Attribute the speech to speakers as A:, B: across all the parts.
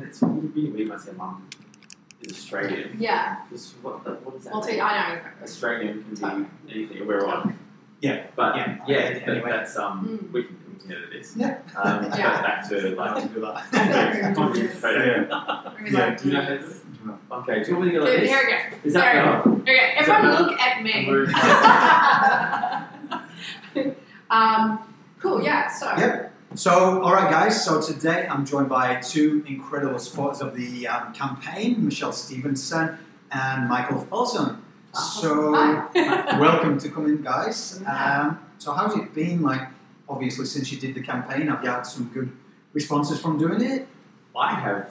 A: It's going to be made by say mom. Is Australian.
B: Yeah.
A: Just what, what what is that?
B: We'll take. I know.
A: Australian can
B: Okay.
A: be anything a werewolf.
B: Okay.
A: Yeah, but
C: Yeah.
A: yeah,
C: Okay,
A: but
C: anyway.
A: that's um,
B: Mm.
A: we can we can edit this.
C: Yeah.
A: Um, but
B: Yeah.
A: back to
C: Like,
A: like
C: to do that.
B: Yeah.
A: conference photo.
B: We're
C: Yeah,
B: like,
A: do you know
B: yes.
A: this?
C: Do not.
A: Okay, do you want me to go like
B: Dude,
A: this?
B: here we go.
A: Is that
B: Sorry.
A: better?
B: Okay,
A: Is that
B: everyone
A: better?
B: look at me.
A: We're-
B: um, cool, yeah, so.
C: Yeah. So, all right, guys. So today I'm joined by two incredible supporters of the um, campaign, Michelle Stevenson and Michael Folsom. So,
B: Hi.
C: welcome to come in, guys.
B: Yeah.
C: Um, so, how's it been? Like, obviously, since you did the campaign, have you had some good responses from doing it?
A: I have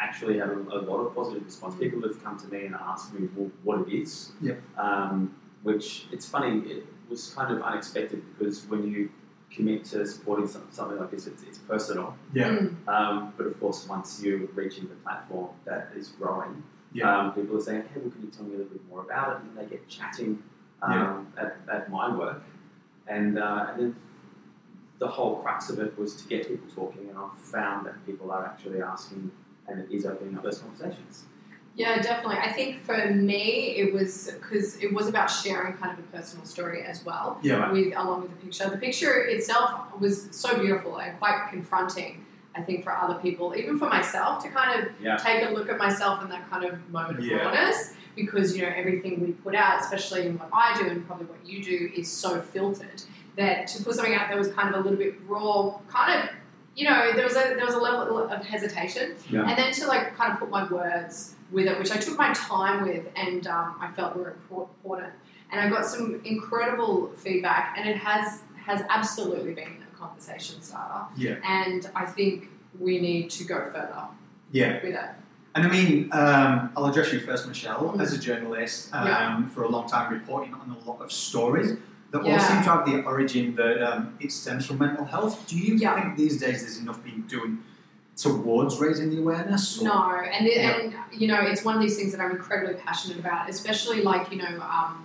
A: actually had a, a lot of positive response. People have come to me and asked me wh- what it is.
C: Yeah.
A: Um, which it's funny. It was kind of unexpected because when you commit to supporting some, something like this, it's, it's personal.
C: Yeah.
B: Mm,
A: Um, but of course, once you're reaching the platform that is growing,
C: Yeah.
A: um, people are saying, "Hey, well, can you tell me a little bit more about it?" And they get chatting um, at, at my work, and uh, and then the whole crux of it was to get people talking, and I've found that people are actually asking, and it is opening up those conversations.
B: yeah, definitely. I think for me, it was because it was about sharing kind of a personal story as well.
C: Yeah.
B: with along with the picture. The picture itself was so beautiful and quite confronting. I think for other people, even for myself, to kind of
A: Yeah.
B: take a look at myself in that kind of moment of
C: Yeah.
B: rawness, because you know everything we put out, especially in what I do and probably what you do, is so filtered that to put something out that was kind of a little bit raw, kind of you know there was a there was a level of hesitation,
A: Yeah.
B: and then to like kind of put my words with it, which I took my time with, and um, I felt were impor- important and I got some incredible feedback, and it has has absolutely been a conversation starter.
C: Yeah.
B: And I think we need to go further
C: Yeah.
B: with it.
C: And I mean, um, I'll address you first, Michelle,
B: Mm.
C: as a journalist um,
B: Yeah.
C: for a long time, reporting on a lot of stories that all
B: Yeah.
C: seem to have the origin that um, it stems from mental health. Do you
B: Yeah.
C: think these days there's enough being done towards raising the awareness? or-
B: No, and it,
C: Yeah.
B: and you know, it's one of these things that I'm incredibly passionate about, especially like you know, um,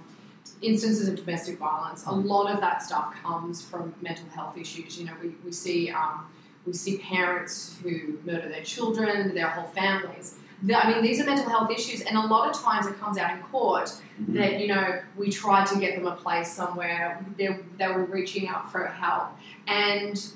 B: instances of domestic violence. A lot of that stuff comes from mental health issues. You know, we we see um, we see parents who murder their children, their whole families. The- I mean, these are mental health issues, and a lot of times it comes out in court that you know we tried to get them a place somewhere they, they were reaching out for help and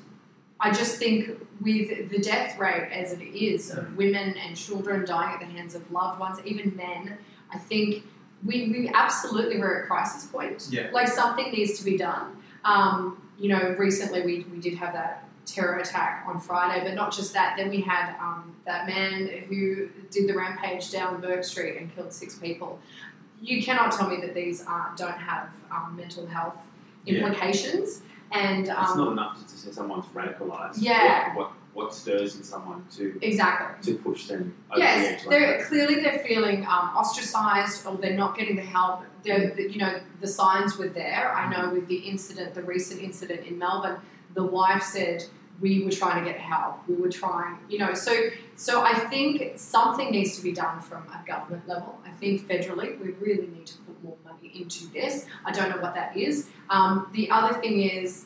B: i just think with the death rate as it is of women and children dying at the hands of loved ones even men i think we, we absolutely were at crisis point
C: Yeah.
B: like something needs to be done um, you know recently we, we did have that terror attack on friday but not just that then we had um, that man who did the rampage down burke street and killed six people you cannot tell me that these are, don't have um, mental health
C: Yeah.
B: implications. And
A: It's
B: um,
A: not enough just to say someone's radicalized.
B: Yeah.
A: What, what what stirs in someone to
B: exactly.
A: to push them over the edge
B: Yes,
A: like
B: they're
A: that?
B: clearly they're feeling um, ostracized or they're not getting the help. They're, the, you know, the signs were there. I know with the incident, the recent incident in Melbourne, the wife said we were trying to get help. We were trying, you know. So, so I think something needs to be done from a government level. I think federally, we really need to put more money into this. I don't know what that is. Um, the other thing is,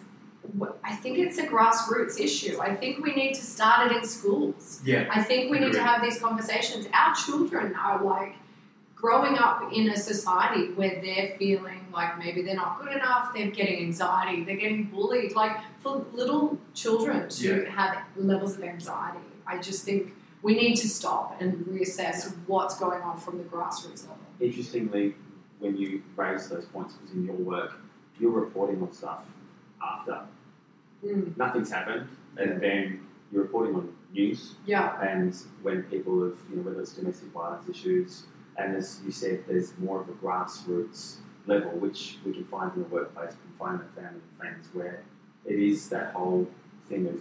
B: wh- I think it's a grassroots issue. I think we need to start it in schools.
C: Yeah.
B: I think we need to
C: Agreed.
B: have these conversations. Our children are like growing up in a society where they're feeling like maybe they're not good enough, they're getting anxiety, they're getting bullied. Like for little children to have levels of anxiety, I just think we need to stop and reassess what's going on from the grassroots level.
A: Interestingly, when you raise those points, because in your work, you're reporting on stuff after
B: Mm,
A: nothing's happened,
C: Yeah.
A: and then you're reporting on news,
B: yeah,
A: and when people have, you know, whether it's domestic violence issues, and as you said, there's more of a grassroots level, which we can find in the workplace, we can find in family and friends, where it is that whole thing of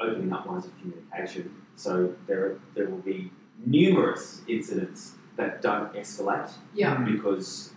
A: opening up lines of communication. So there, there will be numerous incidents that don't escalate
B: yeah,
C: Mm.
A: because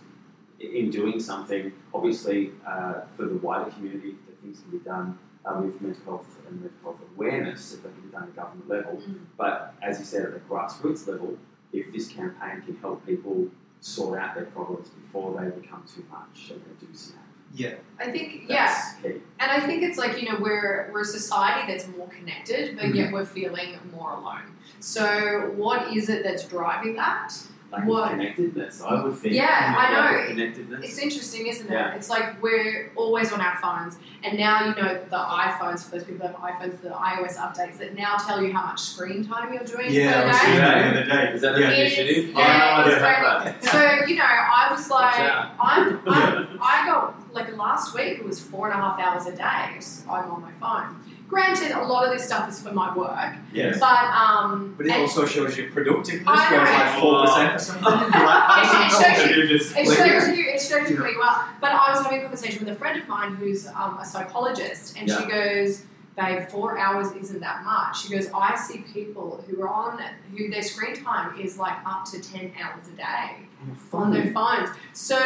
A: i- in doing something, obviously uh, for the wider community, the things can be done uh, with mental health and mental health awareness if they can be done at government level.
B: Mm.
A: But as you said, at the grassroots level, if this campaign can help people sort out their problems before they become too much and they do snap,
C: Yeah.
B: I think yeah,
A: That's key.
B: and I think it's like you know we're we're a society that's more connected, but yet we're feeling more alone. So what is it that's driving that?
A: Lack
B: What-
A: of connectedness, I would think.
B: Yeah, I
A: Lack
B: know.
A: of Connectedness.
B: It's interesting, isn't it?
A: Yeah.
B: It's like we're always on our phones, and now you know the iPhones. For those people who have iPhones, the iOS updates that now tell you how much screen time you're doing
C: Yeah, I
B: per
C: was
B: day.
C: seeing that
A: Yeah.
C: the other day.
A: Is that
C: Yeah.
A: an
B: It's-
A: initiative?
B: yeah,
A: I don't
B: it's
A: have that.
B: So you know, I was
A: Watch
B: like,
A: out.
B: I'm, I'm, I got like last week it was four and a half hours a day. so I'm on my phone. Granted, a lot of this stuff is for my work,
A: Yes.
B: but um,
C: But it
B: and-
C: also shows your productiveness,
B: I
C: where it's like
A: know.
C: four percent or something. You're like,
B: It shows you-
C: "Oh,
A: You're just
B: It
C: Like,
B: shows you. It shows you
C: yeah.
B: pretty well. But I was having a conversation with a friend of mine who's um, a psychologist, and she goes, "Babe, four hours isn't that much." She goes, "I see people who are on who their screen time is like up to ten hours a day on
A: Funny.
B: their phones." So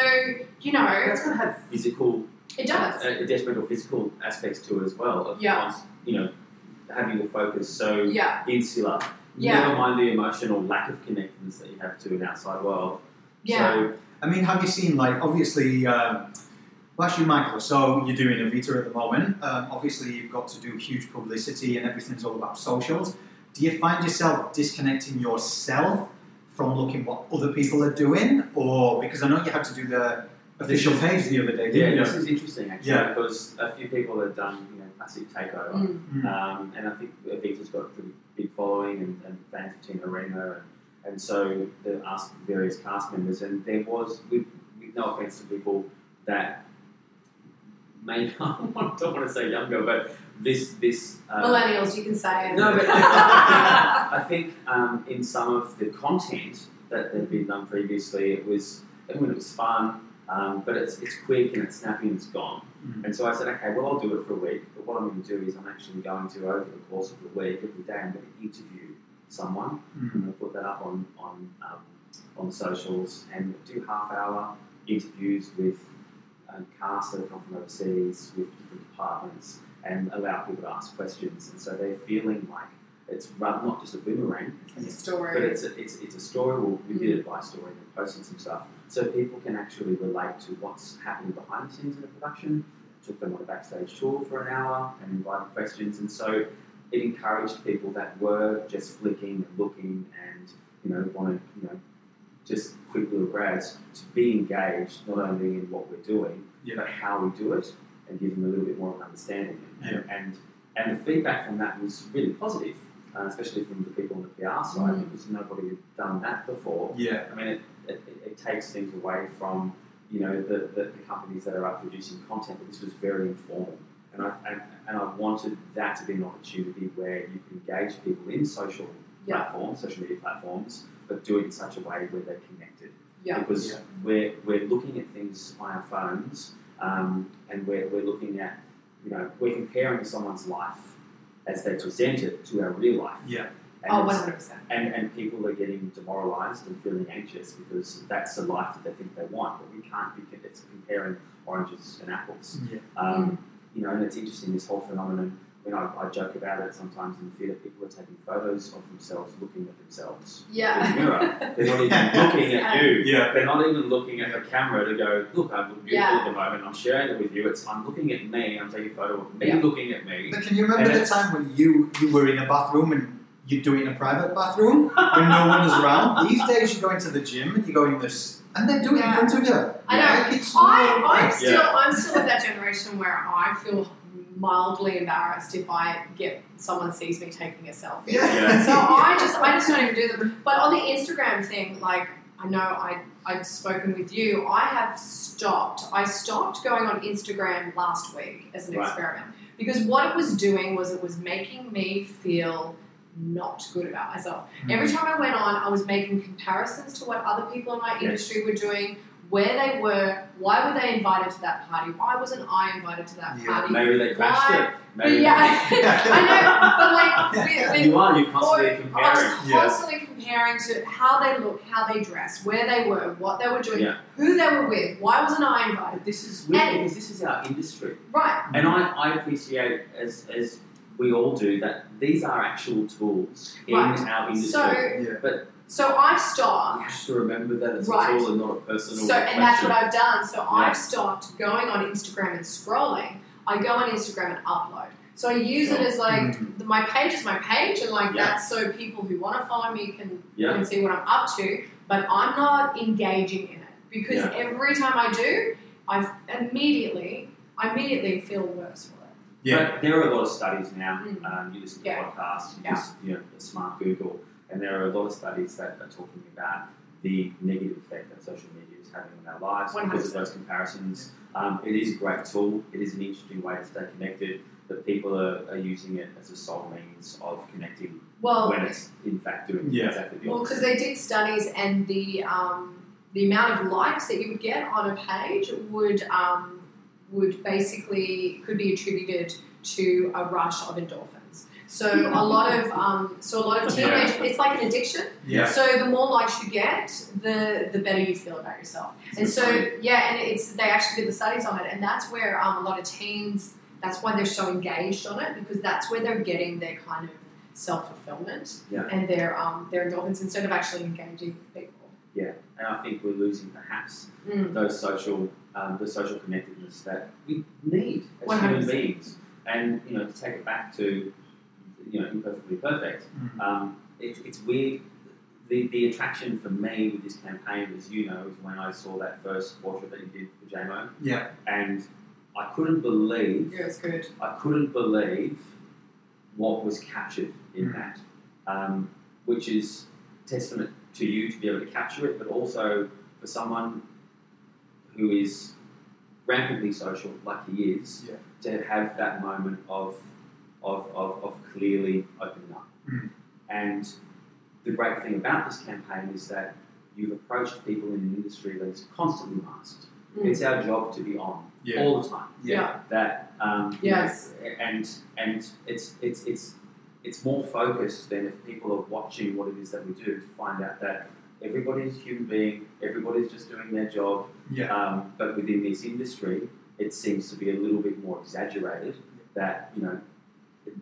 B: you know,
A: Mm. That's going to have physical
B: it does.
A: uh, detrimental physical aspects to it as well. Of
B: Yeah.
A: cons- you know, having your focus so
B: Yeah,
A: insular.
B: Yeah.
A: Never mind the emotional lack of connectedness that you have to an outside world.
B: yeah.
A: So,
C: I mean, have you seen like obviously? Um, well, actually, Michael. So you're doing Avita at the moment. Um, obviously, you've got to do huge publicity, and everything's all about socials. Do you find yourself disconnecting yourself from looking what other people are doing, or because I know you had to do the official page the other day,
A: yeah,
C: didn't
A: this
C: you?
A: is interesting actually
C: Yeah.
A: because a few people have done you know massive takeover,
B: Mm.
C: Mm.
A: um, and I think Avita's got a pretty big following and, and fans of Tina Arena, and, and so they asked various cast members, and there was with, with no offense to people that. Maybe I don't want to say younger, but this this uh,
B: Millennials, you can say. it.
A: No, but
B: yeah,
A: I think um, in some of the content that had been done previously, it was I mean, it was fun, um, but it's it's quick and it's snappy and it's gone.
C: Mm.
A: And so I said, okay, well I'll do it for a week. But what I'm going to do is I'm actually going to over the course of the week, every day, I'm going to interview someone
C: Mm.
A: and we'll put that up on on um, on socials and do half hour interviews with um, casts that come from overseas with different departments and allow people to ask questions and so they're feeling like it's ra- not just a boomerang
B: it's a
A: but
B: story.
A: it's a, it's, it's a story we we did it by story and posting some stuff so people can actually relate to what's happening behind the scenes in a production took them on a backstage tour for an hour and invited questions and so it encouraged people that were just flicking and looking and you know wanted you know just quick little grabs to be engaged not only in what we're doing
C: Yeah.
A: but how we do it and give them a little bit more of an understanding and and, and the feedback from that was really positive uh, especially from the people on the PR side
B: Mm.
A: because nobody had done that before
C: Yeah.
A: I mean, it, it, it takes things away from you know the, the, the companies that are out producing content, but this was very informal, and I and, and I wanted that to be an opportunity where you can engage people in social
B: Yeah.
A: platforms, social media platforms, but do it in such a way where they're connected.
B: Yeah.
A: Because
C: Yeah.
A: we're we're looking at things on our phones, um, and we're we're looking at you know we're comparing someone's life as they present it to our real life.
C: Yeah.
A: And
B: Oh,
A: it's-
B: 100%.
A: and, and people are getting demoralized and feeling anxious because that's the life that they think they want, but we can't be con- it's comparing oranges and apples.
C: Yeah.
A: Um, You know, and it's interesting this whole phenomenon. When I, I joke about it sometimes in theatre, people are taking photos of themselves looking at themselves.
B: Yeah.
A: The mirror. They're not even looking at you.
C: Yeah.
A: They're not even looking at the camera to go, look, I look beautiful
B: Yeah.
A: at the moment. I'm sharing it with you. It's I'm looking at me. I'm taking a photo of me
B: Yeah.
A: looking at me.
C: But can you remember
A: And
C: the
A: it's-
C: time when you you were in a bathroom and you do it in a private bathroom when no one is around? These days you go into the gym and you go in this and they do it in front of you.
B: I know.
C: Like, it's
B: I,
C: not-
B: I'm still I'm still of that generation where I feel mildly embarrassed if I get someone sees me taking a selfie.
C: yeah.
A: Yeah.
B: So I just I just don't even do them. But on the Instagram thing, like I know I I've spoken with you. I have stopped. I stopped going on Instagram last week as an
A: Right.
B: experiment because what it was doing was it was making me feel not good about myself.
C: Mm-hmm.
B: Every
A: Mm-hmm.
B: time I went on, I was making comparisons to what other people in my
A: Yes.
B: industry were doing, where they were, why were they invited to that party, why wasn't I invited to that
C: Yeah,
B: party?
A: Maybe they crashed
B: Why?
A: it.
B: But
A: Maybe
B: yeah, I know, but like, with, with,
A: you are. You're constantly
B: or
A: comparing.
B: I was
C: Yeah.
B: constantly comparing to how they look, how they dress, where they were, what they were doing,
A: Yeah.
B: who they were with, why wasn't I invited?
A: But this is weird
B: And-
A: because this is our industry,
B: Right,
A: and I, I appreciate as as we all do that these are actual tools in
B: Right.
A: our industry.
B: So,
C: Yeah.
B: so I've
A: you
B: stopped.
A: have to remember that it's
B: Right.
A: a tool and not a personal
B: So, and that's what I've done. So
A: Yeah.
B: I've stopped going on Instagram and scrolling. I go on Instagram and upload. So I use it
A: Sure.
B: as like
C: Mhm.
B: the- my page is my page, and like
A: Mm-hmm. Yeah.
B: that's so people who want to follow me can
A: Yeah.
B: can see what I'm up to. But I'm not engaging in it because
A: Yeah.
B: every time I do, I immediately I immediately feel worse for it.
C: Yeah.
A: But there are a lot of studies now.
B: Mm.
A: Um, you listen to
B: Yeah.
A: podcasts, you
B: Yeah.
A: just you know, a smart Google, and there are a lot of studies that are talking about the negative effect that social media is having on our lives because of
B: 100%.
A: those comparisons. Um, it is a great tool. It is an interesting way to stay connected, but people are, are using it as a sole means of connecting
B: Well,
A: when it's in fact doing
C: Yeah.
A: exactly the
B: Well, because
A: opposite.
B: they did studies, and the um, the amount of likes that you would get on a page would um, would basically could be attributed to a rush of endorphins. So a lot of um, so a lot of
C: Yeah.
B: teenage, it's like an addiction.
C: Yeah.
B: So the more likes you get, the the better you feel about yourself. And so yeah, and it's they actually did the studies on it, and that's where um, a lot of teens. That's why they're so engaged on it because that's where they're getting their kind of self fulfillment
A: Yeah.
B: and their um, their endorphins instead of actually engaging with people.
A: and I think we're losing perhaps
B: Mm.
A: those social um, the social connectedness that we need as human
B: 100%.
A: beings. And you know, to take it back to you know, imperfectly perfect.
C: Mhm.
A: Um, it, it's weird. The, the attraction for me with this campaign, as you know, is when I saw that first portrait that you did for JMO,
C: Yeah.
A: and I couldn't believe
B: Yeah, it's good.
A: I couldn't believe what was captured in
C: Mm.
A: that, um, which is testament to you to be able to capture it, but also for someone who is rampantly social, like he is,
C: Yeah.
A: to have that moment of of, of, of clearly opening up.
C: Mm.
A: And the great thing about this campaign is that you've approached people in an industry that is constantly masked.
B: Mm.
A: It's our job to be on
C: Yeah.
A: all the time
B: Yeah.
A: that um,
B: Yes.
A: and and it's it's it's it's more focused than if people are watching what it is that we do to find out that everybody's a human being, everybody's just doing their job.
C: Yeah.
A: Um, but within this industry, it seems to be a little bit more exaggerated. That you know,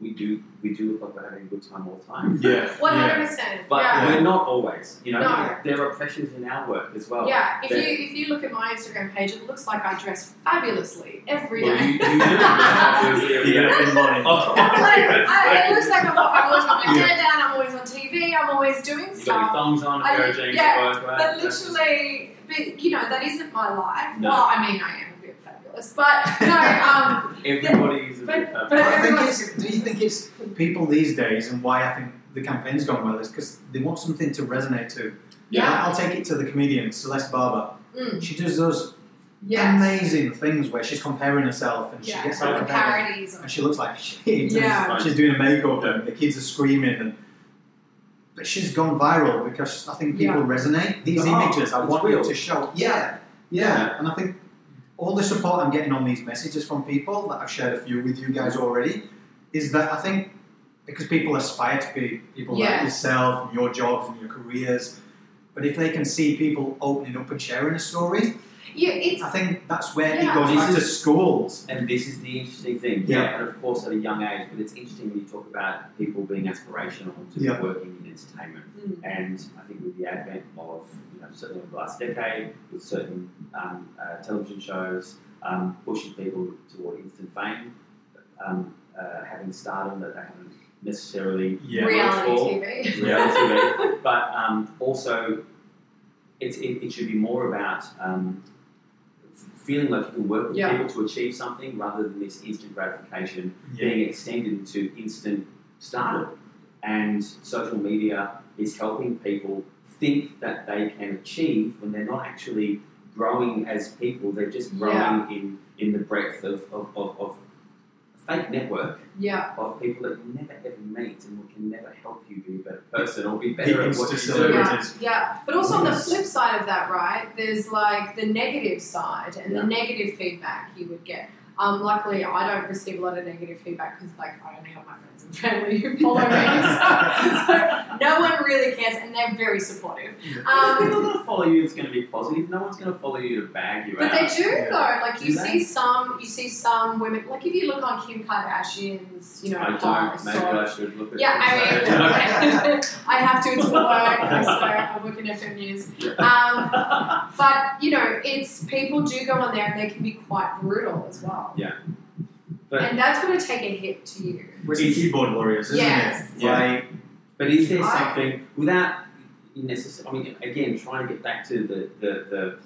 A: we do we do look like we're having a good time all the time,
C: Yeah.
B: One hundred percent.
A: but
B: Yeah.
A: we're not always. You know,
B: No.
A: there are pressures in our work as well.
B: Yeah, if
A: that-
B: you if you look at my Instagram page, it looks like I dress fabulously every day.
A: Well, you, you do. have
C: You're
A: those-
C: gonna win money.
A: Oh.
B: like, I, it looks like I'm, I'm always got my
C: Yeah.
B: hair down, I'm always on TV, I'm always doing
A: You got your
B: stuff.
A: thongs on, a
B: I
A: pair
B: mean,
A: of jeans,
B: yeah,
A: work, right?
B: But
A: That's-
B: literally, but you know, that isn't my life.
A: No.
B: Well, I mean, I am a bit fabulous, but no, um,
A: Everybody is a bit
B: but,
A: perfect.
B: but
C: But I think
B: everyone's.
C: it's, do you think it's people these days and why I think the campaign's gone well is because they want something to resonate to.
B: Yeah.
C: I'll take it to the comedian, Celeste Barber.
B: Mm,
C: She does those
B: yes.
C: amazing things where she's comparing herself and
B: Yeah,
C: she gets
B: so
C: out
B: the
C: of bed
B: parodies.
C: and she looks like shit.
B: Yeah.
C: And she's doing a makeup and the kids are screaming and but she's gone viral because I think people resonate. These
A: Oh,
C: images I
A: it's
C: want you
A: real.
C: to show. Yeah, yeah. And I think all the support I'm getting on these messages from people that I've shared a few with you guys already is that I think because people aspire to be people like
B: Yes.
C: yourself and your jobs and your careers, but if they can see people opening up and sharing a story,
B: Yeah, it's
C: I think that's where
B: Yeah.
C: it goes
A: This
C: back to
A: is-
C: schools.
A: And this is the interesting thing,
C: Yeah.
A: and of course at a young age, but it's interesting when you talk about people being aspirational to
C: Yeah.
A: working in entertainment.
B: Mm.
A: And I think with the advent of, you know, certainly over the last decade, with certain um, uh, television shows um, pushing people toward instant fame, um, uh, having stardom that they haven't necessarily
C: Yeah.
B: reality
A: worked for,
B: TV.
A: reality TV, but um, also it's, it, it should be more about um, feeling like you can work with
B: Yeah.
A: people to achieve something rather than this instant gratification being extended into instant stardom. And social media is helping people think that they can achieve when they're not actually growing as people, they're just growing
B: Yeah.
A: in, in the breadth of, of, of, of a fake network
B: yeah,
A: of people that you never ever meet and who can never help you be a better person or be better
C: The
A: at what you
C: insta
A: do.
B: yeah.
C: celebrities.
B: Yeah, but also on the
C: Yes.
B: flip side of that, right? There's like the negative side and the negative feedback you would get. Um, luckily, I don't receive a lot of negative feedback because, like, I only have my friends and family who follow me. So, so no one really cares, and they're very supportive.
A: If
B: Um,
A: people are going to follow you. It's going to be positive. No one's going to follow you to bag you
B: But
A: out.
B: they do
C: Yeah.
B: though. Like you
A: Do they?
B: see some, you see some women. Like if you look on Kim Kardashian's, you know,
A: I don't.
B: past,
A: Maybe
B: or-
A: I should look at.
B: yeah, I mean, I have to. It's for work, so I work in FM News. Um, but you know, it's people do go on there, and they can be quite brutal as well.
A: Yeah. But-
B: and that's going to take a hit to you.
C: We're the keyboard warriors, isn't
B: Yes.
C: it?
A: Yeah.
C: Like,
A: But is there
B: I-
A: something without necessarily? I mean, again, trying to get back to the the, the,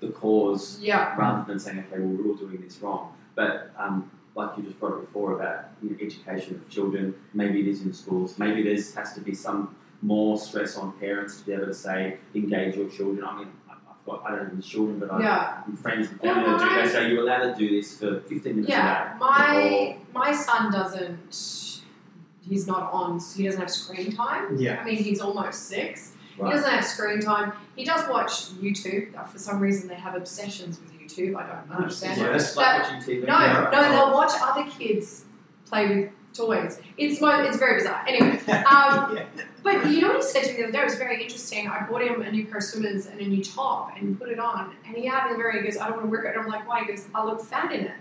A: the, the cause
B: Yeah.
A: rather than saying, okay, well, we're all doing this wrong. But um, like you just brought up before about you know, education of children, maybe it is in schools, maybe there's has to be some more stress on parents to be able to say engage your children. I mean, I- I've got I don't have any children, but I
B: Yeah,
A: and friends and
B: Well,
A: family will do.
B: mine-
A: They say you're allowed to do this for 15 minutes a day.
B: yeah. My my son doesn't. He's not on. He doesn't have screen time.
C: yeah.
B: I mean, he's almost six. He
A: Right.
B: doesn't have screen time. He does watch YouTube. Uh, For some reason, they have obsessions with YouTube. I don't understand.
A: Yeah, that's like watching TV.
B: No,
C: Yeah.
B: no, they'll watch other kids play with toys. It's mo- it's very bizarre. Anyway, um,
C: Yeah.
B: but you know what he said to me the other day? It was very interesting. I bought him a new pair of swimmers and a new top and put it on. And he had it in the mirror. He goes, I don't want to wear it. And I'm like, why? He goes, I look fat in it.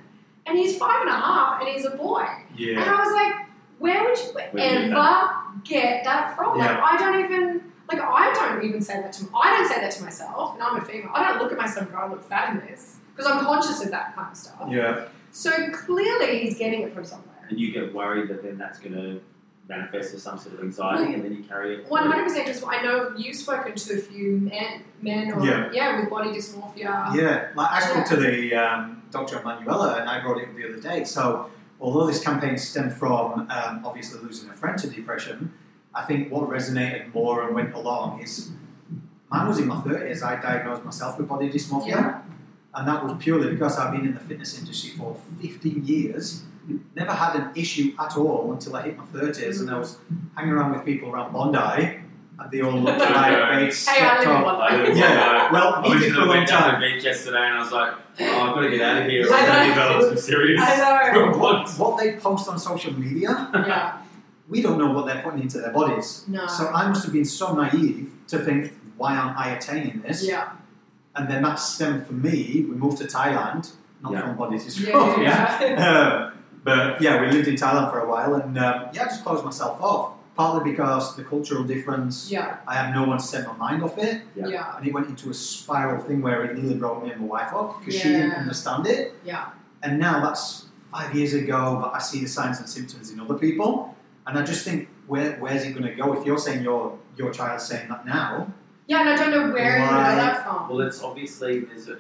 B: And he's five and a half and he's a boy. And
C: Yeah.
B: I was like, where would you
A: Where did you get
B: ever get that from? Like, I don't even, like, I don't even say that to, I don't say that to myself, and I'm a female. I don't look at myself and go, I look fat in this, because I'm conscious of that kind of stuff.
C: Yeah.
B: So clearly he's getting it from somewhere.
A: And you get worried that then that's going to manifest as some sort of anxiety and then you carry it.
B: One hundred percent. Just I know you've spoken to a few men, men or
C: Yeah.
B: with body dysmorphia.
C: Yeah. Like I spoke to the um, Dr. Manuela and I brought it up the other day. So although this campaign stemmed from um, obviously losing a friend to depression, I think what resonated more and went along is mine was in my thirties. I diagnosed myself with body dysmorphia.
B: Yeah.
C: And that was purely because I've been in the fitness industry for 15 years, never had an issue at all until I hit my 30s and I was hanging around with people around Bondi and they all looked like they'd
B: Hey, I
C: stepped
B: live in
C: off.
B: one life.
C: Yeah, well,
A: I
C: he
A: went
C: did
A: to
C: for a
A: the
C: long
A: went down
C: time.
A: the beach yesterday and I was like, oh, I've got to get out of here.
B: I
A: I'm going to
B: know.
A: develop some serious
B: I know.
A: problems.
C: What they post on social media,
B: yeah.
C: we don't know what they're putting into their bodies.
B: No.
C: So I must have been so naive to think, why aren't I attaining this?
B: yeah.
C: And then that stemmed for me. We moved to Thailand, not
A: Yeah.
C: from body
B: Yeah.
C: dysmorphia.
B: Yeah. yeah.
C: Um, but yeah, we lived in Thailand for a while, and um, yeah, I just closed myself off. Partly because the cultural difference,
B: yeah.
C: I had no one to set my mind off it,
A: Yeah.
B: yeah.
C: and it went into a spiral thing where it nearly broke me and my wife up because she
B: Yeah.
C: didn't understand it.
B: Yeah.
C: And now that's five years ago, but I see the signs and symptoms in other people, and I just think, where, where's it going to go? If you're saying your your child's saying that now,
B: And I don't know where you
C: Why-
B: got that from.
A: Well, it's obviously, there's a,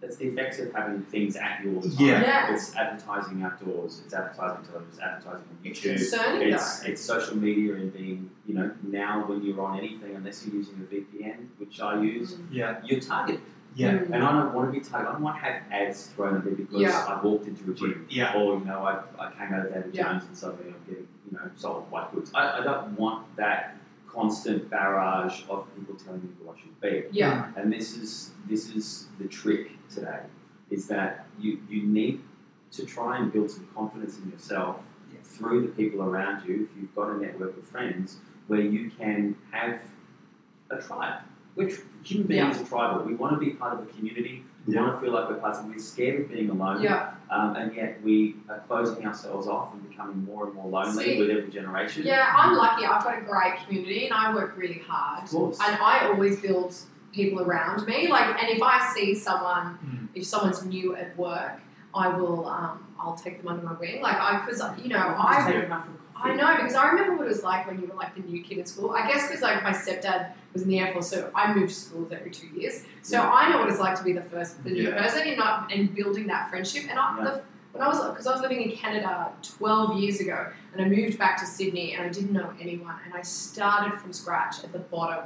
A: that's the effects of having things at you all the time.
C: Yeah.
B: Yeah.
A: It's advertising outdoors, it's advertising television, it's advertising on
B: It's
A: YouTube.
B: concerning
A: It's, it's social media and being, you know, now when you're on anything, unless you're using a VPN, which I
B: though.
A: use,
C: yeah,
A: you're targeted.
C: yeah,
B: Mm.
A: And I don't want to be targeted. I don't want to have ads thrown at me because
B: Yeah.
A: I walked into a gym.
C: yeah,
A: Or, you know, I, I came out of David
B: Yeah.
A: Jones and suddenly I'm getting, you know, sold white goods. I, I don't want that constant barrage of people telling me who I should be.
B: Yeah.
C: Mm.
A: And this is this is the trick today, is that you, you need to try and build some confidence in yourself
C: Yeah.
A: through the people around you, if you've got a network of friends, where you can have a tribe. Which human beings are tribal. We want to be part of a community. We
C: Yeah.
A: want to feel like we're part of We're scared of being alone.
B: Yeah.
A: Um, and yet we are closing ourselves off and becoming more and more lonely
B: See-
A: with every generation.
B: Yeah. I'm lucky. I've got a great community and I work really hard.
A: Of course.
B: And I always build people around me. Like, and if I see someone,
C: Mm.
B: if someone's new at work, I will, um, I'll take them under my wing. Like, I, because, you know,
A: Just
B: I
A: take enough from
B: I know because I remember what it was like when you were like the new kid at school. I guess because like my stepdad was in the air force, so I moved schools every two years. So
A: Yeah.
B: I know what it's like to be the first, the new
C: Yeah.
B: person, and not and building that friendship. And I,
A: Yeah.
B: the, when I was because I was living in Canada twelve years ago, and I moved back to Sydney, and I didn't know anyone, and I started from scratch at the bottom,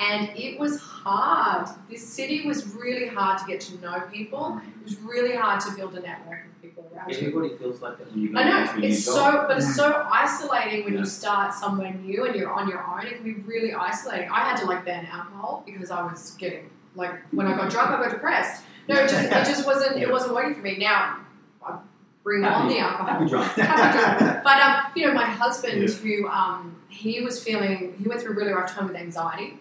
B: and it was hard. This city was really hard to get to know people. It was really hard to build a network of people around you.
A: Everybody feels like that when you go
B: I
A: into a
B: know
A: new
B: it's
A: job.
B: so, but it's so isolating when
A: Mm. Yeah.
B: you start somewhere new and you're on your own. It can be really isolating. I had to like ban alcohol because I was getting like when I got drunk, I got depressed. No, it just it just wasn't it wasn't working for me. Now, I bring on
A: Happy-
B: the alcohol.
A: Happy drunk.
B: But um, you know, my husband, who um, he was feeling, he went through a really rough time with anxiety,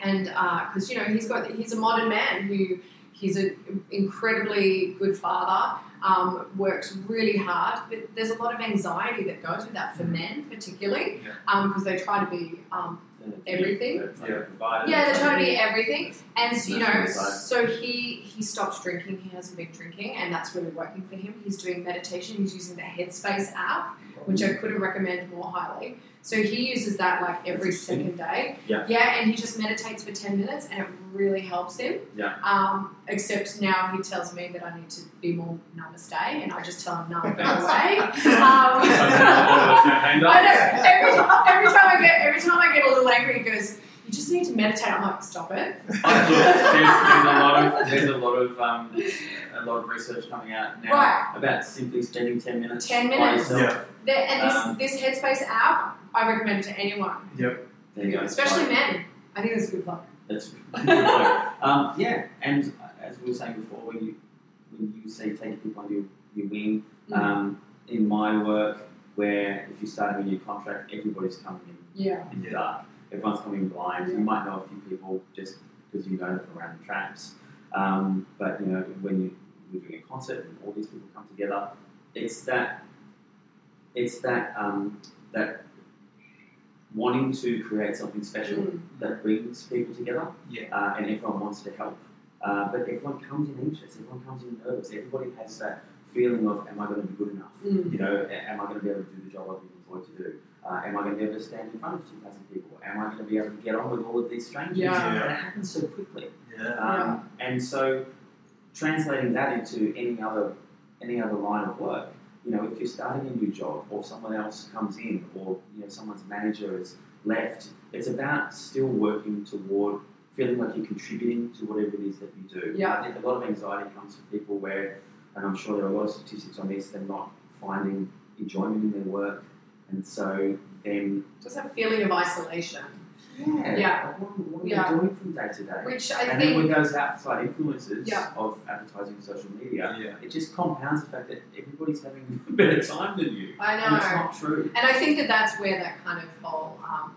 B: and because you know he's got, he's a modern man who he's an incredibly good father, um, works really hard, but there's a lot of anxiety that goes with that for men, particularly
C: Yeah.
B: because they try to be. Um, Everything?
A: Yeah,
C: Yeah.
A: provided.
B: yeah, they're trying to be everything, and so, you know,
A: National side.
B: so he he stopped drinking. He hasn't been drinking, and that's really working for him. He's doing meditation. He's using the Headspace app, which I couldn't recommend more highly. So he uses that like every
A: That's interesting.
B: second day.
A: Yeah.
B: Yeah, and he just meditates for 10 minutes and it really helps him.
A: Yeah.
B: Um, except now he tells me that I need to be more namaste and I just tell him no, go away. Um, I know. Every, every time I get every time I get a little angry, he goes, "You just need to meditate." I'm like, "Stop it."
D: Oh, look, there's, there's a lot of there's a lot of um, a lot of research coming out now
B: Right.
A: About simply spending 10 minutes
B: 10
A: by
B: minutes.
A: yourself.
C: Yeah.
B: There- and this
A: Um,
B: this Headspace app, I recommend it to anyone,
A: There you go.
B: especially
A: Right.
B: men. I think that's a good plug.
A: That's um, yeah, and as we were saying before, when you when you say take people under your, your wing,
B: Mm.
A: um, in my work, where if you're starting a new contract, everybody's coming
B: Yeah.
A: in in the
C: Yeah.
A: dark, everyone's coming in blind. You might know a few people just because you know them from random traps, um, but you know when you, you're doing a concert and all these people come together, it's that it's that um, that wanting to create something special
B: Mm.
A: that brings people together,
C: Yeah.
A: uh, and everyone wants to help. Uh, but everyone comes in anxious, everyone comes in nervous, everybody has that feeling of, am I going to be good enough?
B: Mm.
A: You know, a- am I going to be able to do the job I've been employed to do? Uh, am I going to be able to stand in front of 2,000 people? Am I going to be able to get on with all of these strangers?
B: Yeah.
A: And it happens so quickly.
C: Yeah.
A: Um, and so translating that into any other any other line of work, you know, if you're starting a new job or someone else comes in or you know someone's manager has left, it's about still working toward feeling like you're contributing to whatever it is that you do.
B: Yeah.
A: I think a lot of anxiety comes from people where and I'm sure there are a lot of statistics on this, they're not finding enjoyment in their work and so then
B: Just that feeling of isolation,
A: yeah,
B: Yeah.
A: what, what are
B: Yeah.
A: you doing from day to day?
B: which I
A: And then
B: think,
A: with those outside influences
B: Yeah.
A: of advertising and social media,
C: Yeah.
A: it just compounds the fact that everybody's having a better time than you.
B: I
A: And it's
B: know,
A: not true.
B: and I think that that's where that kind of whole um,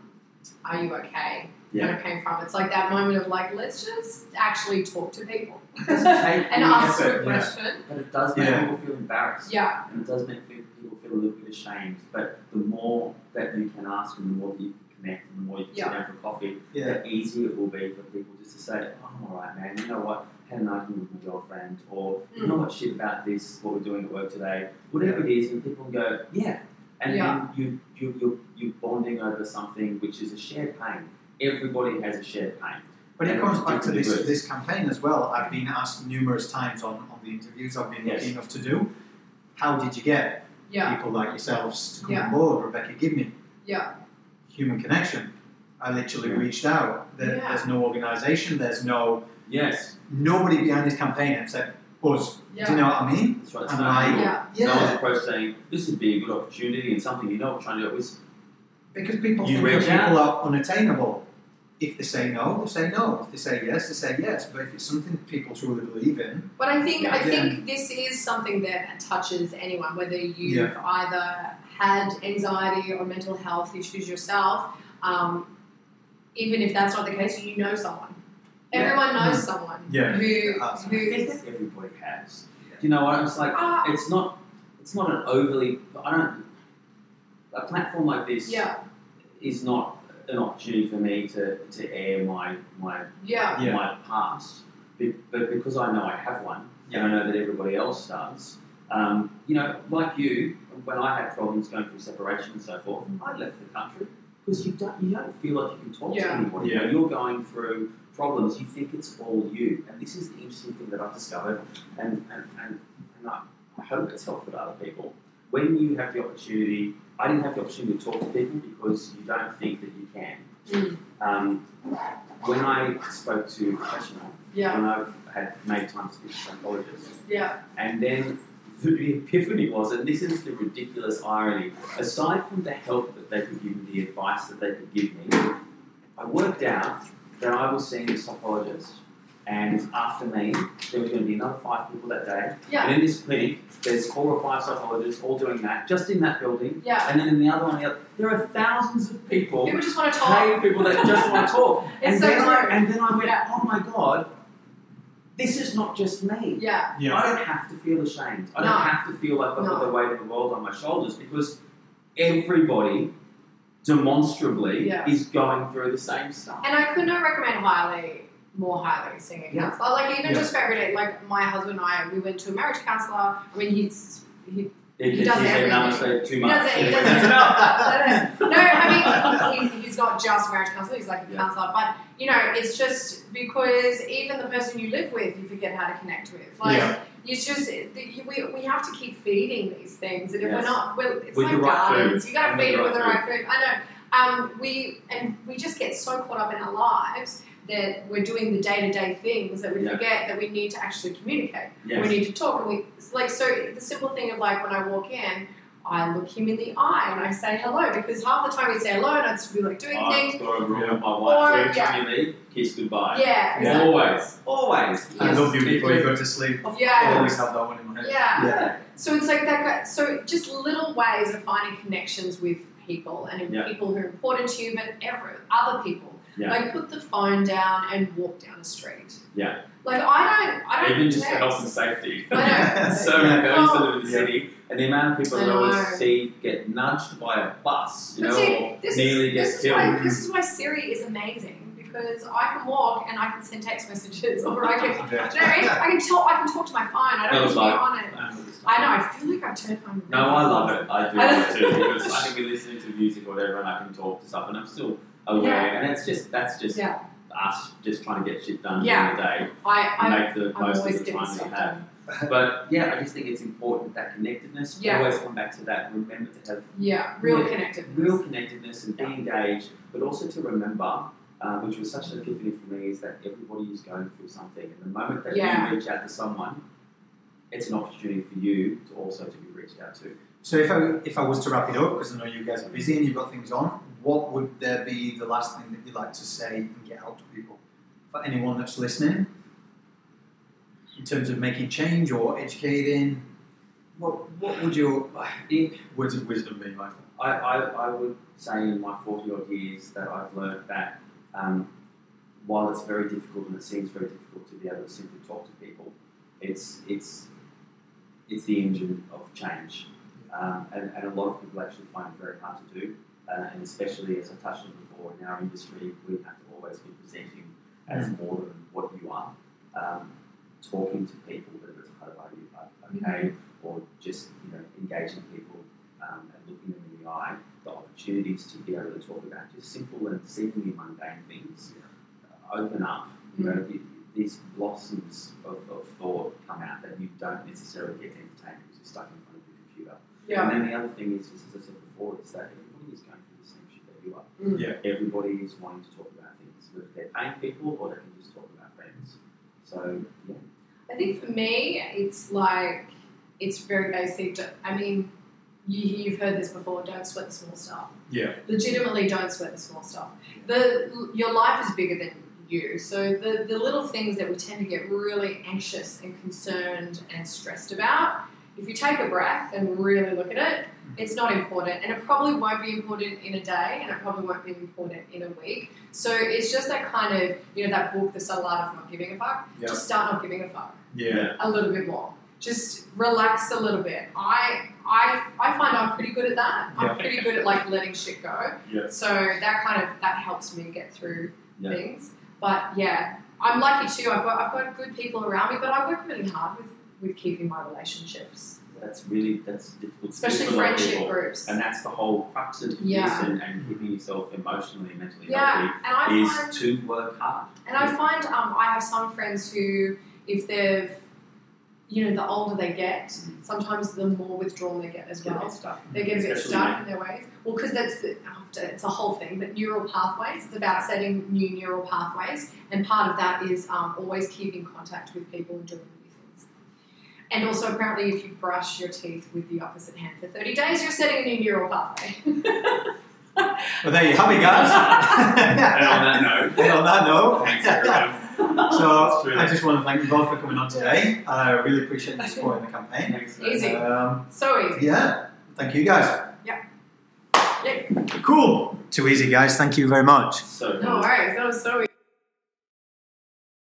B: "Are you okay?" kind of came from. It's like that moment of like, let's just actually talk to people
A: It doesn't
B: and
A: take any
B: ask
A: effort,
B: a
C: yeah.
B: question.
A: but it does make
C: Yeah.
A: people feel embarrassed.
B: Yeah,
A: And it does make people feel a little bit ashamed. But the more that you can ask and the more that you can connect and the more you can sit
B: Yeah.
A: down for coffee,
C: Yeah.
A: the easier it will be for people just to say, oh, I'm alright, man, you know what? Had an argument with my girlfriend, or you know
B: Mm.
A: what shit about this, what we're doing at work today, whatever it is, and people go, yeah. And
B: Yeah.
A: then you, you, you're, you're bonding over something which is a shared pain. Everybody has a shared pain.
C: But it
A: Yeah,
C: comes back to
A: different
C: this,
A: degrees.
C: this campaign as well. I've been asked numerous times on, on the interviews I've been
A: Yes.
C: lucky enough to do. How did you get
B: yeah,
C: people like yourselves to come
B: Yeah.
C: on board, Rebecca Gibney?
B: Yeah.
C: Human connection. I literally
A: Yeah.
C: reached out. There,
B: Yeah.
C: There's no organisation. There's no
A: Yes,
C: nobody behind this campaign except us. Do you
B: yeah,
C: know what I mean?
A: that's right.
C: And
A: no,
C: I-
A: people-
B: yeah.
A: no one's approached saying, this would be a good opportunity and something you know what I'm trying to do. It was,
C: Because people
A: You
C: think
A: reach
C: that people are unattainable. If they say no, they say no. If they say yes, they say yes. But if it's something people truly believe in,
B: But I think I
C: Yeah.
B: think this is something that touches anyone, whether you've
C: Yeah.
B: either had anxiety or mental health issues yourself. Um, even if that's not the case, you know someone.
A: Yeah.
B: Everyone knows someone
C: Mm. Yeah.
B: who
C: Us.
A: I think
B: who.
A: that everybody has. You know what? It's like,
B: Ah,
A: it's not, it's not an overly, I don't, a platform like this
B: yeah,
A: is not an opportunity for me to, to air my, my
B: yeah,
C: Yeah.
A: my past, be- but because I know I have one, and I know that everybody else does. Um, you know, like you, when I had problems going through separation and so forth,
B: Mm.
A: I left the country because you don't you don't feel like you can talk to
B: Yeah.
A: anybody.
C: Yeah.
A: When you're going through problems, you think it's all you, and this is the interesting thing that I've discovered, and and, and, and I, I hope it's helped with other people. When you have the opportunity, I didn't have the opportunity to talk to people because you don't think that you can.
B: Mm.
A: Um, when I spoke to professional,
B: yeah,
A: when I had made time to speak to psychologists,
B: yeah,
A: and then the e-, epiphany was, and this is the ridiculous irony, aside from the help that they could give me, the advice that they could give me, I worked out that I was seeing a psychologist And after me, there was going to be another five people that day.
B: Yeah.
A: And in this clinic, there's four or five psychologists all doing that, just in that building.
B: Yeah.
A: And then in the other one, the other, there are thousands of people,
B: People just want to talk.
A: paid people that just want to talk.
B: It's
A: and
B: so
A: then I,
B: true.
A: and then I went,
B: Yeah.
A: oh my god, this is not just me.
B: Yeah.
C: Yeah.
A: I don't have to feel ashamed. I
B: No.
A: don't have to feel like I've got
B: No.
A: the weight of the world on my shoulders because everybody demonstrably
B: Yeah.
A: is going through the same stuff.
B: And I could not recommend highly, more highly singing
A: Yeah.
B: counselor. Like even
C: Yeah.
B: just for everyday, like my husband and I, we went to a marriage counselor. I mean, he's he,
A: They
B: He
A: can
B: does
A: see
B: everything.
A: namaste too
B: he
A: much.
B: doesn't. He doesn't. no, I mean, he, he's not just a marriage counselor. He's like a
A: Yeah.
B: counselor, but you know, it's just because even the person you live with, you forget how to connect with. Like
C: Yeah.
B: it's just the- you- we, we have to keep feeding these things, and if we're
A: Yes.
B: not, we're, it's
A: With
B: like
A: the right food.
B: gardens. You got to
A: And with
B: feed
A: the
B: it with the
A: right
B: right food. I know. Um, we and we just get so caught up in our lives that we're doing the day to day things that we
A: Yeah.
B: forget that we need to actually communicate we
A: Yes.
B: need to talk and we it's like so the simple thing of like when i walk in i look him in the eye and i say hello because half the time we say hello and i'd just be like doing things
A: I've got a rule with my
B: Or-
A: wife. Every time you leave, kiss goodbye.
B: yeah
C: Yeah.
B: exactly.
A: Always. Always.
C: I
B: Yes.
C: love you before you go to sleep. I
B: yeah.
C: always have that one in my head.
B: yeah
A: Yeah.
B: so it's like that guy, so just little ways of finding connections with people and
A: Yeah.
B: people who are important to you but ever other people
A: Yeah.
B: like put the phone down and walk down the street
A: Yeah.
B: like i don't i don't
A: Even just for
B: text.
A: health and safety.
B: I know.
A: so many families that live in the
C: Yeah.
A: city, and the amount of people
B: I
A: that I
B: know.
A: always see get nudged by a bus, you
B: But
A: know,
B: see,
A: or
B: this
A: nearly
B: is,
A: gets
B: this is
A: killed.
B: Why, this is why Siri is amazing because I can walk and I can send text messages or I can,
C: Yeah.
B: do you know what I mean? I can talk. I can talk to my phone. I
A: That
B: don't need
A: was
B: to be
A: like-
B: on it. I know. I feel like I've turned my.
A: No, I love it. I do love it too
B: I know.
A: because I can be listening to music or whatever, and I can talk to stuff, and I'm still aware. And it's just that's just
B: Yeah.
A: us just trying to get shit done
B: Yeah.
A: during the day and
B: I,
A: make the
B: I, I'm
A: most
B: always
A: of the
B: getting
A: time we
B: stuff
A: have.
B: done.
A: But yeah, I just think it's important that connectedness.
B: Yeah.
A: Always come back to that. Remember to have
B: Yeah, real
A: Yeah.
B: connectedness.
A: real connectedness and be engaged, but also to remember, uh, which was such an epiphany for me, is that everybody is going through something. And the moment that
B: Yeah.
A: you reach out to someone, it's an opportunity for you to also to be reached out to.
C: So if I if I was to wrap it up, because I know you guys are busy and you've got things on, what would there be the last thing that you'd like to say and get out to people for anyone that's listening? In terms of making change or educating, what what would your words of wisdom be, Michael?
A: I, I, I would say in my 40 odd years that I've learned that um, while it's very difficult and it seems very difficult to be able to simply talk to people, it's, it's, it's the engine of change. Um, and, and a lot of people actually find it very hard to do. Uh, and especially as I touched on before, in our industry, we have to always be presenting as more than what you are. Um, talking to people, whether it's how are you, okay, or just you know engaging people um, and looking them in the eye, the opportunities to be able to talk about just simple and seemingly mundane things uh, open up. You know,
B: Mm.
A: the, these blossoms of, of thought come out that you don't necessarily get to entertain because you're stuck in front of your computer.
B: Yeah.
A: And then the other thing is, just as I said before, is that everybody is going through the same shit that you are.
B: Mm.
A: Yeah. Everybody is wanting to talk about things, whether they're paying people or they can just talk about friends. So yeah,
B: I think for me, it's like it's very basic. d- I mean, you, you've heard this before. Don't sweat the small stuff.
C: Yeah.
B: Legitimately, don't sweat the small stuff. The your life is bigger than you. So the the little things that we tend to get really anxious and concerned and stressed about. If you take a breath and really look at it,
C: Mm-hmm.
B: it's not important, and it probably won't be important in a day, and it probably won't be important in a week. So it's just that kind of you know that book, The Subtle Art of Not Giving a Fuck.
C: Yeah.
B: Just start not giving a fuck
A: Yeah.
B: a little bit more. Just relax a little bit. I I I find I'm pretty good at that.
C: Yeah.
B: I'm pretty good at like letting shit go.
A: Yeah.
B: So that kind of that helps me get through
A: Yeah.
B: things. But yeah, I'm lucky too. I've got I've got good people around me, but I work really hard with with keeping my relationships,
A: that's really that's difficult, to do
B: especially
A: for a lot of
B: friendship
A: people.
B: groups.
A: And that's the whole crux of
B: Yeah.
A: this and, and keeping yourself emotionally and mentally
B: yeah, and I
A: healthy
B: find
A: is to work hard.
B: And I find um, I have some friends who, if they've, you know, the older they get,
A: Mm.
B: sometimes the more withdrawn they get as
A: Get
B: well.
A: that stuff.
B: They get a bit
A: Especially
B: stuck in their ways. Well, because that's the, after it's a whole thing. But neural pathways. It's about setting new neural pathways, and part of that is um, always keeping contact with people and doing new things. And also, apparently, if you brush your teeth with the opposite hand for thirty days, you're setting a new neural pathway.
C: Well, there you have it, guys.
A: and on that note,
C: and on that note,
A: thanks everyone.
C: So
D: That's true.
C: I just want to thank you both for coming on today. I really appreciate you supporting the campaign.
D: Thanks.
B: Easy.
C: Um,
B: So easy.
C: yeah, thank you guys.
B: Yeah.
C: Cool. Too easy, guys. Thank you very much.
D: So
B: No worries. That was so easy.